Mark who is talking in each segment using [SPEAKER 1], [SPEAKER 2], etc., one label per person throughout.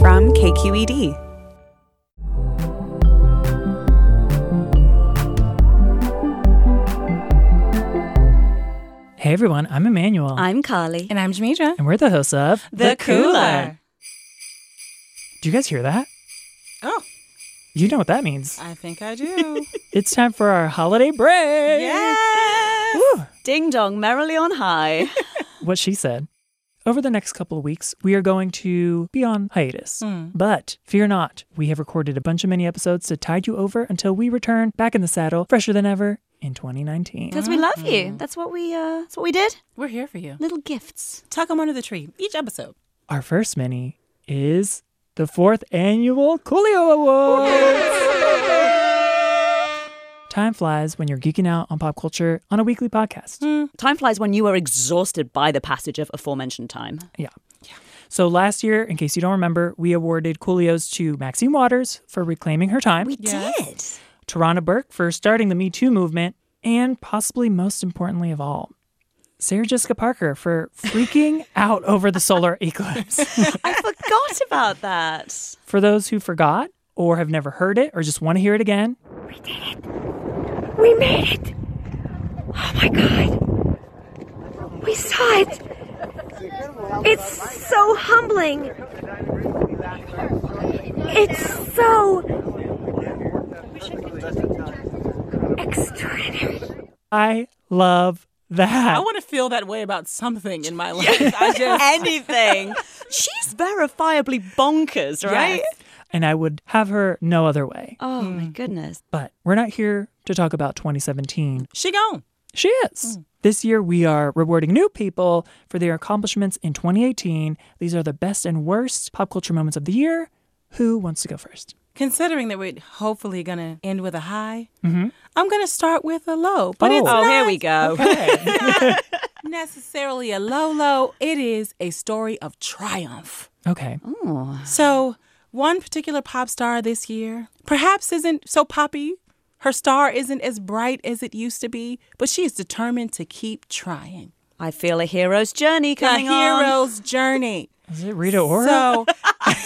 [SPEAKER 1] from
[SPEAKER 2] E
[SPEAKER 1] KQED.
[SPEAKER 3] Hey everyone, I'm Emmanuel.
[SPEAKER 2] I'm Carly.
[SPEAKER 4] And I'm Jamidra.
[SPEAKER 3] and we're the hosts of.
[SPEAKER 2] The Cooler.
[SPEAKER 3] Do you guys hear that?
[SPEAKER 4] Oh,
[SPEAKER 3] You know what that means.
[SPEAKER 4] I think I do.
[SPEAKER 3] It's time for our holiday break.
[SPEAKER 4] yes.
[SPEAKER 3] Woo!
[SPEAKER 2] Ding dong, merrily on high.
[SPEAKER 3] What she said. Over the next couple of weeks, we are going to be on hiatus.
[SPEAKER 2] Hmm.
[SPEAKER 3] But fear not, we have recorded a bunch of mini episodes to tide you over until we return back in the saddle, fresher than ever, in 2019.
[SPEAKER 2] Because we love you. That's what we uh that's what we did.
[SPEAKER 4] We're here for you.
[SPEAKER 2] Little gifts.
[SPEAKER 4] Tuck them under the tree each episode.
[SPEAKER 3] Our first mini is the fourth annual Coolio Awards. Time flies when you're geeking out on pop culture on a weekly podcast.
[SPEAKER 2] Time flies when you are exhausted by the passage of aforementioned time.
[SPEAKER 3] Yeah. So last year, in case you don't remember, we awarded Coolios to Maxine Waters for reclaiming her time,
[SPEAKER 2] did.
[SPEAKER 3] Tarana Burke for starting the Me Too movement, and possibly most importantly of all, Sarah Jessica Parker for freaking out over the solar eclipse.
[SPEAKER 2] I forgot about that.
[SPEAKER 3] For those who forgot or have never heard it or just want to hear it again,
[SPEAKER 5] We made it! Oh my god! We saw it! It's so humbling! It's so extraordinary!
[SPEAKER 3] I love that.
[SPEAKER 4] I want to feel that way about something in my life. I just
[SPEAKER 2] Anything. She's verifiably bonkers, right?
[SPEAKER 3] and I would have her no other way.
[SPEAKER 2] Oh my goodness.
[SPEAKER 3] But we're not here to talk about 2017.
[SPEAKER 4] she gone.
[SPEAKER 3] She is.
[SPEAKER 4] Hmm.
[SPEAKER 3] This year, we are rewarding new people for their accomplishments in 2018. These are the best and worst pop culture moments of the year. Who wants to go first?
[SPEAKER 4] Considering that we're hopefully gonna end with a high, I'm gonna start with a low. But
[SPEAKER 3] Oh.
[SPEAKER 4] it's
[SPEAKER 3] Oh,
[SPEAKER 4] not
[SPEAKER 2] here we go.
[SPEAKER 4] necessarily a low low. It is a story of triumph.
[SPEAKER 3] Okay.
[SPEAKER 4] Oh. So one particular pop star this year perhaps isn't so poppy. Her star isn't as bright as it used to be, but she is determined to keep trying.
[SPEAKER 2] I feel a hero's journey
[SPEAKER 4] The
[SPEAKER 2] coming on.
[SPEAKER 4] hero's journey.
[SPEAKER 3] Is it Rita Ora?
[SPEAKER 4] So,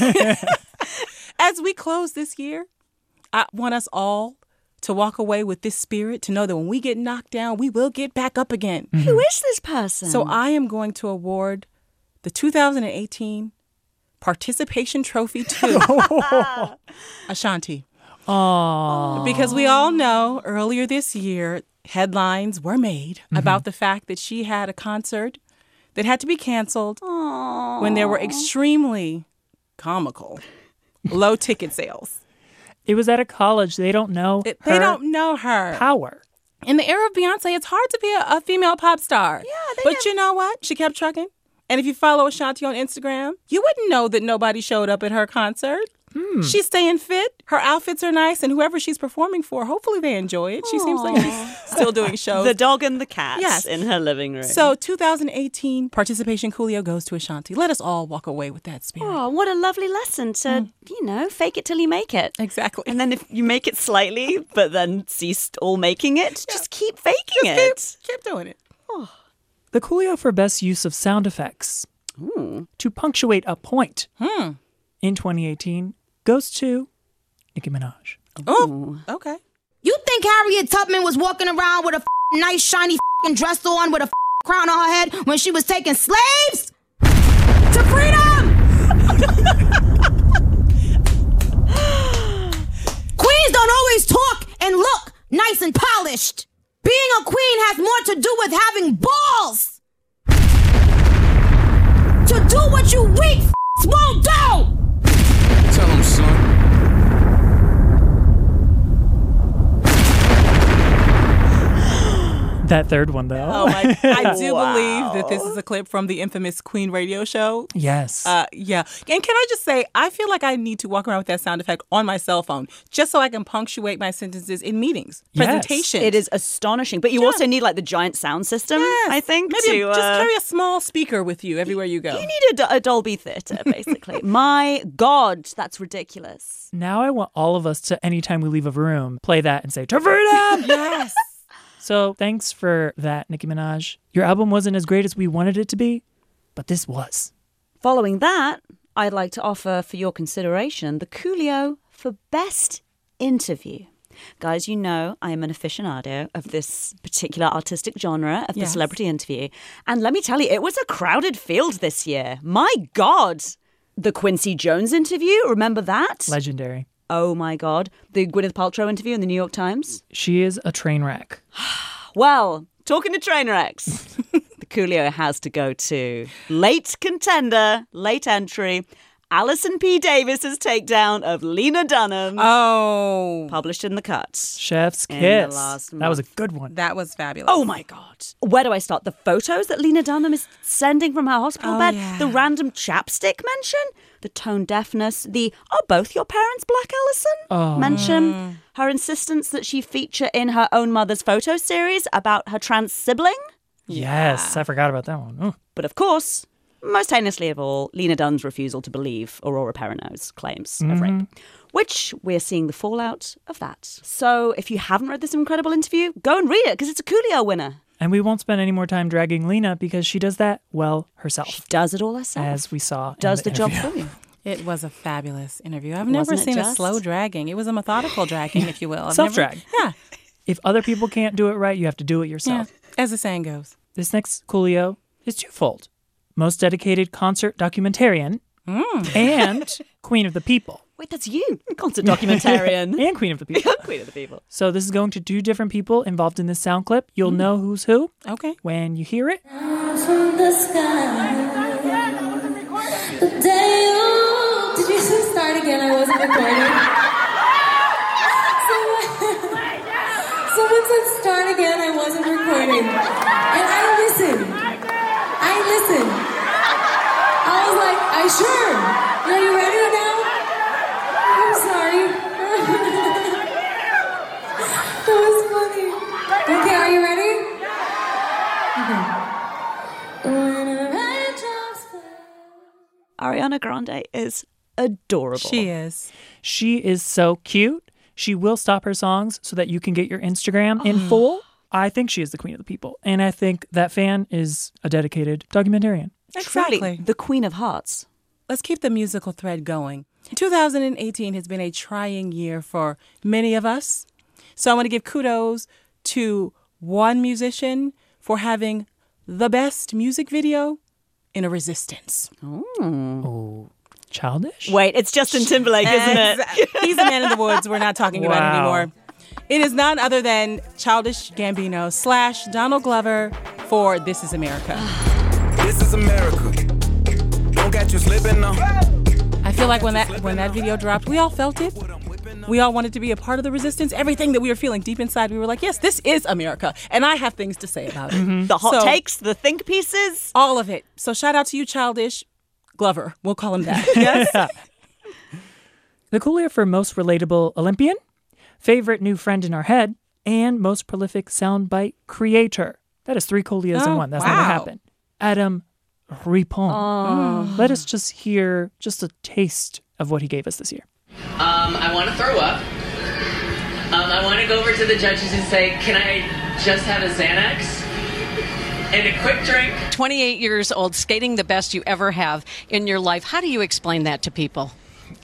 [SPEAKER 4] as we close this year, I want us all to walk away with this spirit to know that when we get knocked down, we will get back up again.
[SPEAKER 2] Who is this person?
[SPEAKER 4] So, I am going to award the 2018 Participation Trophy to Ashanti.
[SPEAKER 3] Aw.
[SPEAKER 4] Because we all know earlier this year, headlines were made about the fact that she had a concert that had to be canceled when there were extremely comical low ticket sales.
[SPEAKER 3] It was at a college. They don't know.
[SPEAKER 4] It-
[SPEAKER 3] her
[SPEAKER 4] they don't know her.
[SPEAKER 3] Power.
[SPEAKER 4] In the era of Beyonce, it's hard to be a, a female pop star. Yeah, but you know what? She kept trucking. And if you follow Ashanti on Instagram, you wouldn't know that nobody showed up at her concert.
[SPEAKER 2] Hmm.
[SPEAKER 4] She's staying fit. Her outfits are nice, and whoever she's performing for, hopefully they enjoy it. She seems like she's still doing shows.
[SPEAKER 2] the dog and the cat
[SPEAKER 4] Yes.
[SPEAKER 2] in her living room.
[SPEAKER 4] So 2018 participation Coolio goes to Ashanti. Let us all walk away with that spirit.
[SPEAKER 2] Oh, what a lovely lesson to, you know, fake it till you make it.
[SPEAKER 4] Exactly.
[SPEAKER 2] Hmm. And then if you make it slightly, but then cease all making it, just keep faking it.
[SPEAKER 4] Keep, keep doing it.
[SPEAKER 3] The Coolio for best use of sound effects
[SPEAKER 4] Hmm.
[SPEAKER 3] to punctuate a point in 2018 goes to Nicki Minaj.
[SPEAKER 4] Oh, okay.
[SPEAKER 6] You think Harriet Tubman was walking around with a f***ing nice shiny f***ing dress on with a f***ing crown on her head when she was taking slaves to freedom? Queens don't always talk and look nice and polished. Being a queen has more to do with having balls to do what you weak f***s won't do.
[SPEAKER 7] Tell him, son.
[SPEAKER 3] That third one, though.
[SPEAKER 4] Oh my! I do believe that this is a clip from the infamous Queen radio show.
[SPEAKER 3] yes.
[SPEAKER 4] Uh, yeah. And can I just say, I feel like I need to walk around with that sound effect on my cell phone just so I can punctuate my sentences in meetings,
[SPEAKER 3] Yes.
[SPEAKER 4] presentations.
[SPEAKER 2] It is astonishing. But you also need like the giant sound system,
[SPEAKER 4] Yes.
[SPEAKER 2] I think.
[SPEAKER 4] Maybe
[SPEAKER 2] to,
[SPEAKER 4] just
[SPEAKER 2] uh,
[SPEAKER 4] carry a small speaker with you everywhere you go.
[SPEAKER 2] You need a, do- a Dolby theater, basically. My God, that's ridiculous.
[SPEAKER 3] Now I want all of us to, anytime we leave a room, play that and say, To freedom!
[SPEAKER 4] yes.
[SPEAKER 3] so thanks for that, Nicki Minaj. Your album wasn't as great as we wanted it to be, but this was.
[SPEAKER 2] Following that, I'd like to offer for your consideration the Coolio for Best Interview. Guys, you know I am an aficionado of this particular artistic genre of the
[SPEAKER 4] Yes.
[SPEAKER 2] celebrity interview. And let me tell you, it was a crowded field this year. My God. The Quincy Jones interview, remember that?
[SPEAKER 3] Legendary.
[SPEAKER 2] oh my God. The Gwyneth Paltrow interview in the New York Times.
[SPEAKER 3] She is a train wreck.
[SPEAKER 2] Well, talking to train wrecks, the Coolio has to go to late contender, late entry, Alison P. Davis's takedown of Lena Dunham,
[SPEAKER 4] Uh, Oh,
[SPEAKER 2] published in the cut.
[SPEAKER 3] Chef's
[SPEAKER 2] In
[SPEAKER 3] kiss.
[SPEAKER 2] the last
[SPEAKER 3] that was a good one.
[SPEAKER 4] that was fabulous.
[SPEAKER 2] Oh my God. Where do I start? The photos that Lena Dunham is sending from her hospital
[SPEAKER 4] Oh,
[SPEAKER 2] bed,
[SPEAKER 4] yeah.
[SPEAKER 2] the random chapstick mention, the tone deafness, the are both your parents black, Alison?
[SPEAKER 4] Oh. Mm.
[SPEAKER 2] Mention, her insistence that she feature in her own mother's photo series about her trans sibling.
[SPEAKER 3] Yes, I forgot about that one. Mm.
[SPEAKER 2] But of course, most heinously of all, Lena Dunn's refusal to believe Aurora Perrineau's claims of
[SPEAKER 4] Mm-hmm.
[SPEAKER 2] rape, which we're seeing the fallout of that. So if you haven't read this incredible interview, go and read it because it's a Coolio winner.
[SPEAKER 3] And we won't spend any more time dragging Lena because she does that well
[SPEAKER 2] She
[SPEAKER 3] herself,
[SPEAKER 2] does it all herself.
[SPEAKER 3] as we saw. in
[SPEAKER 2] does the, job
[SPEAKER 3] interview.
[SPEAKER 2] for you.
[SPEAKER 4] It was a fabulous interview. I've
[SPEAKER 2] Wasn't
[SPEAKER 4] never
[SPEAKER 2] it
[SPEAKER 4] seen a
[SPEAKER 2] just?
[SPEAKER 4] slow dragging. It was a methodical dragging, if you will. I've never-
[SPEAKER 3] Self-drag.
[SPEAKER 4] Yeah,
[SPEAKER 3] If other people can't do it right, you have to do it
[SPEAKER 4] yeah.
[SPEAKER 3] yourself.
[SPEAKER 4] As the saying goes.
[SPEAKER 3] This next Coolio is twofold most dedicated concert documentarian
[SPEAKER 2] Mm.
[SPEAKER 3] and queen of the people.
[SPEAKER 2] Wait, that's you, concert documentarian.
[SPEAKER 3] And queen of the people.
[SPEAKER 2] Queen of the people.
[SPEAKER 3] So this is going to two different people involved in this sound clip. You'll
[SPEAKER 2] Mm.
[SPEAKER 3] know who's who
[SPEAKER 4] Okay.
[SPEAKER 3] when you hear it.
[SPEAKER 1] the sky. The day you did you say start again? I wasn't recording. Someone, someone said start again. I wasn't recording, and I listened. I listened. I was like, I sure. Are you ready now? I'm sorry. that was funny. Okay, are you ready? When a red drops
[SPEAKER 2] Ariana Grande is adorable.
[SPEAKER 4] She is.
[SPEAKER 3] She is so cute. She will stop her songs so that you can get your Instagram in full. I think she is the queen of the people. And I think that fan is a dedicated documentarian.
[SPEAKER 2] Truly
[SPEAKER 4] Exactly.
[SPEAKER 2] the queen of hearts.
[SPEAKER 4] Let's keep the musical thread going. 2018 has been a trying year for many of us. So I want to give kudos to one musician for having the best music video in a resistance.
[SPEAKER 3] Childish?
[SPEAKER 2] Wait, it's Justin Timberlake, isn't it?
[SPEAKER 4] He's the man in the woods we're not talking about
[SPEAKER 3] Wow.
[SPEAKER 4] anymore. It is none other than Childish Gambino slash Donald Glover for This Is America.
[SPEAKER 7] This is America. Don't catch you slipping now.
[SPEAKER 4] I feel like when that when that video dropped, we all felt it. We all wanted to be a part of the resistance. Everything that we were feeling deep inside, we were like, "Yes, this is America," and I have things to say about it.
[SPEAKER 3] Mm-hmm.
[SPEAKER 2] The hot
[SPEAKER 4] So-
[SPEAKER 2] takes, the think pieces.
[SPEAKER 4] All of it. So shout out to you, Childish Glover. We'll call him that. yes.
[SPEAKER 3] The Coolio for most relatable Olympian, favorite new friend in our head, and most prolific soundbite creator. That is three Coolios in
[SPEAKER 4] Oh,
[SPEAKER 3] one. That's never
[SPEAKER 4] wow.
[SPEAKER 3] happened. Adam Ripon. Let us just hear just a taste of what he gave us this year.
[SPEAKER 8] Um, I want to throw up. Um, I want to go over to the judges and say, can I just have a Xanax and a quick drink?
[SPEAKER 9] 28 years old, skating the best you ever have in your life. How do you explain that to people?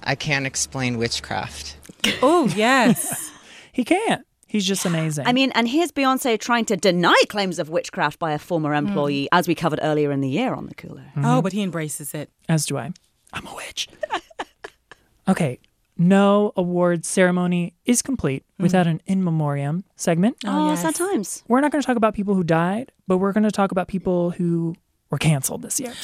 [SPEAKER 10] I can't explain witchcraft.
[SPEAKER 4] Oh yes.
[SPEAKER 3] He can't. He's just amazing.
[SPEAKER 2] I mean, and here's Beyonce trying to deny claims of witchcraft by a former
[SPEAKER 4] Hmm.
[SPEAKER 2] employee, as we covered earlier in the year on the cooler.
[SPEAKER 3] Mm-hmm.
[SPEAKER 4] Oh, but he embraces it.
[SPEAKER 3] As do I. I'm a witch. okay. No awards ceremony is complete without an in memoriam segment.
[SPEAKER 2] Oh, sad times.
[SPEAKER 3] We're not going to talk about people who died, but we're going to talk about people who were canceled this year.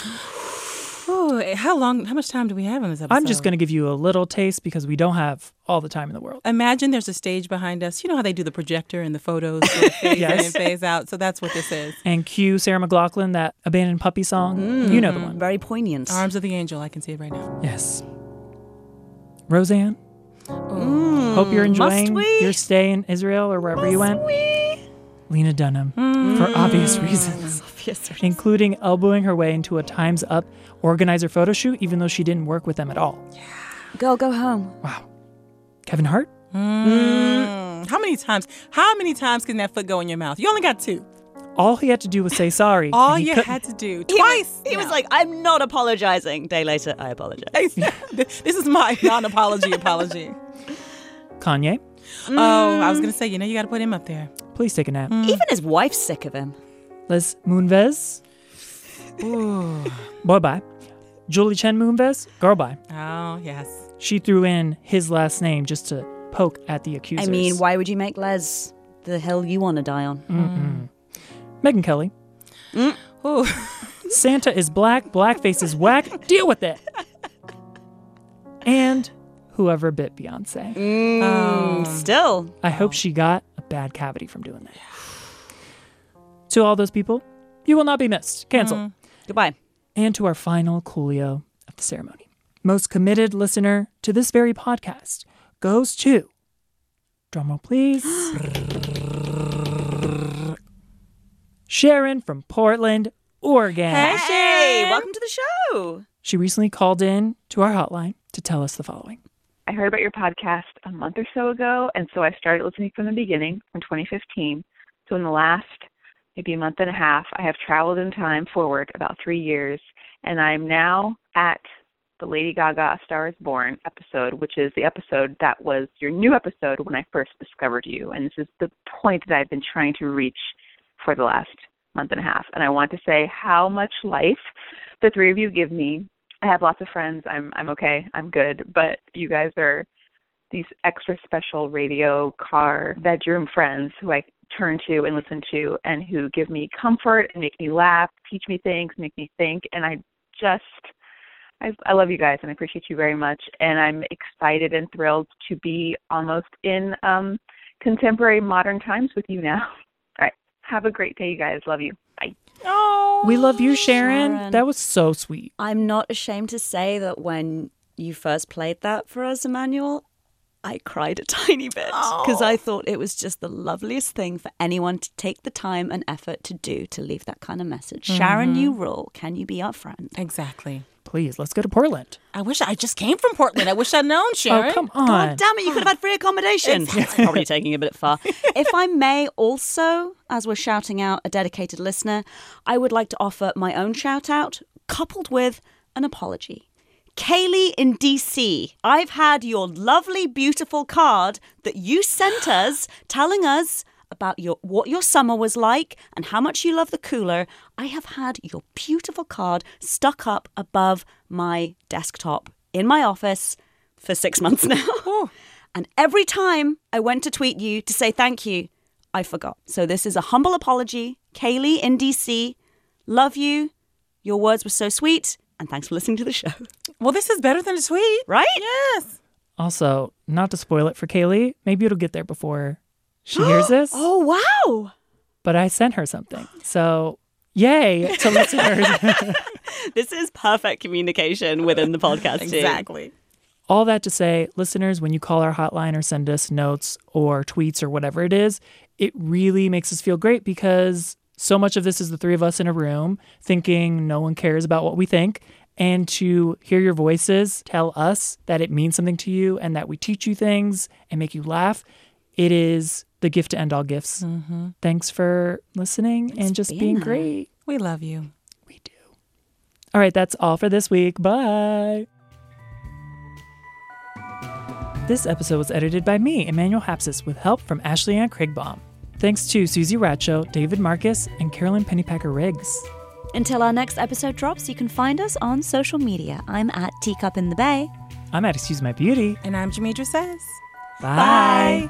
[SPEAKER 4] Ooh, eh, how long? How much time do we have in this episode?
[SPEAKER 3] I'm just going to give you a little taste because we don't have all the time in the world.
[SPEAKER 4] Imagine there's a stage behind us. You know how they do the projector and the photos sort of phase in and phase out. So that's what this is.
[SPEAKER 3] And cue Sarah McLaughlin, that abandoned puppy song. You know the one.
[SPEAKER 2] Very poignant.
[SPEAKER 4] Arms of the Angel. I can see it right now.
[SPEAKER 3] Yes. Roseanne.
[SPEAKER 4] Mm.
[SPEAKER 3] Hope you're enjoying
[SPEAKER 2] we?
[SPEAKER 3] your stay in Israel or wherever you went. Lena Dunham,
[SPEAKER 4] Mm.
[SPEAKER 3] for obvious reasons, including elbowing her way into a Time's Up organizer photo shoot, even though she didn't work with them at all.
[SPEAKER 2] Girl, go home.
[SPEAKER 3] Kevin Hart,
[SPEAKER 4] How many times? How many times can that foot go in your mouth? You only got two.
[SPEAKER 3] All he had to do was say sorry.
[SPEAKER 4] All
[SPEAKER 3] and he
[SPEAKER 4] you
[SPEAKER 3] couldn't.
[SPEAKER 4] had to do
[SPEAKER 2] He was-
[SPEAKER 4] twice.
[SPEAKER 2] He was like, I'm not apologizing. Day later, I apologize.
[SPEAKER 4] this is my non-apology apology.
[SPEAKER 3] Kanye,
[SPEAKER 4] Oh, I was gonna say, you know, you gotta put him up there.
[SPEAKER 3] please take a nap.
[SPEAKER 4] Mm.
[SPEAKER 2] Even his wife's sick of him.
[SPEAKER 3] Les Moonves. Boy, bye. Julie Chen Moonves. Girl, bye.
[SPEAKER 4] Oh yes.
[SPEAKER 3] She threw in his last name just to poke at the accusers.
[SPEAKER 2] I mean, why would you make Les the hill you want to die on?
[SPEAKER 3] Megan Kelly.
[SPEAKER 2] Mm.
[SPEAKER 4] Ooh.
[SPEAKER 3] Santa is black. Blackface is whack. Deal with it. And whoever bit Beyonce.
[SPEAKER 2] Mm. Still,
[SPEAKER 3] I hope she got a bad cavity from doing that. To all those people, you will not be missed. Cancel.
[SPEAKER 2] Mm. goodbye.
[SPEAKER 3] And to our final coolio of the ceremony. Most committed listener to this very podcast goes to, drumroll please, Sharon from Portland, Oregon.
[SPEAKER 2] Hey, welcome to the show.
[SPEAKER 3] She recently called in to our hotline to tell us the following.
[SPEAKER 11] I heard about your podcast a month or so ago, and so I started listening from the beginning in 2015. So, in the last maybe a month and a half, I have traveled in time forward about three years, and I'm now at the Lady Gaga A Star is Born episode, which is the episode that was your new episode when I first discovered you. And this is the point that I've been trying to reach for the last month and a half. And I want to say how much life the three of you give me. I have lots of friends. I'm I'm okay. I'm good. But you guys are these extra special radio car bedroom friends who I turn to and listen to and who give me comfort and make me laugh, teach me things, make me think, and I just I, I love you guys and I appreciate you very much. And I'm excited and thrilled to be almost in um, contemporary modern times with you now. All right. Have a great day, you guys. Love you. Bye.
[SPEAKER 3] We love you, Sharon.
[SPEAKER 2] Sharon.
[SPEAKER 3] That was so sweet.
[SPEAKER 2] I'm not ashamed to say that when you first played that for us, Emmanuel, I cried a tiny bit because I thought it was just the loveliest thing for anyone to take the time and effort to do to leave that kind of message. Sharon, you rule. Can you be our friend?
[SPEAKER 4] Exactly.
[SPEAKER 3] Please, let's go to Portland.
[SPEAKER 4] I wish I just came from Portland. I wish I'd known, Sharon.
[SPEAKER 3] Oh, come
[SPEAKER 2] God
[SPEAKER 3] on.
[SPEAKER 2] damn it, you could have had free accommodation. That's probably taking it a bit far. if I may also, as we're shouting out a dedicated listener, I would like to offer my own shout out coupled with an apology. Kaylee in DC, I've had your lovely, beautiful card that you sent us telling us about your what your summer was like and how much you love the cooler. I have had your beautiful card stuck up above my desktop in my office for six months now.
[SPEAKER 12] Oh.
[SPEAKER 2] and every time I went to tweet you to say thank you, I forgot. So this is a humble apology. Kaylee in DC, love you. Your words were so sweet. And thanks for listening to the show.
[SPEAKER 4] Well, this is better than a tweet.
[SPEAKER 2] Right?
[SPEAKER 4] Yes.
[SPEAKER 3] Also, not to spoil it for Kaylee, maybe it'll get there before she hears this.
[SPEAKER 2] Oh, wow.
[SPEAKER 3] But I sent her something. So, yay to listeners.
[SPEAKER 2] This is perfect communication within the podcast. team.
[SPEAKER 4] Exactly.
[SPEAKER 3] All that to say, listeners, when you call our hotline or send us notes or tweets or whatever it is, it really makes us feel great because so much of this is the three of us in a room thinking no one cares about what we think. And to hear your voices tell us that it means something to you and that we teach you things and make you laugh, it is the gift to end all gifts. Thanks Mm-hmm. for listening and just being great.
[SPEAKER 4] We love you.
[SPEAKER 3] All right, that's all for this week. Bye. This episode was edited by me, Emmanuel Hapsis, with help from Ashley Ann Krigbaum. Thanks to Susie Ratcho, David Marcus, and Carolyn Pennypacker Riggs.
[SPEAKER 12] Until our next episode drops, you can find us on social media. I'm at Teacup in the Bay.
[SPEAKER 3] I'm at Excuse My Beauty.
[SPEAKER 4] And I'm Jamidra Says.
[SPEAKER 3] Bye.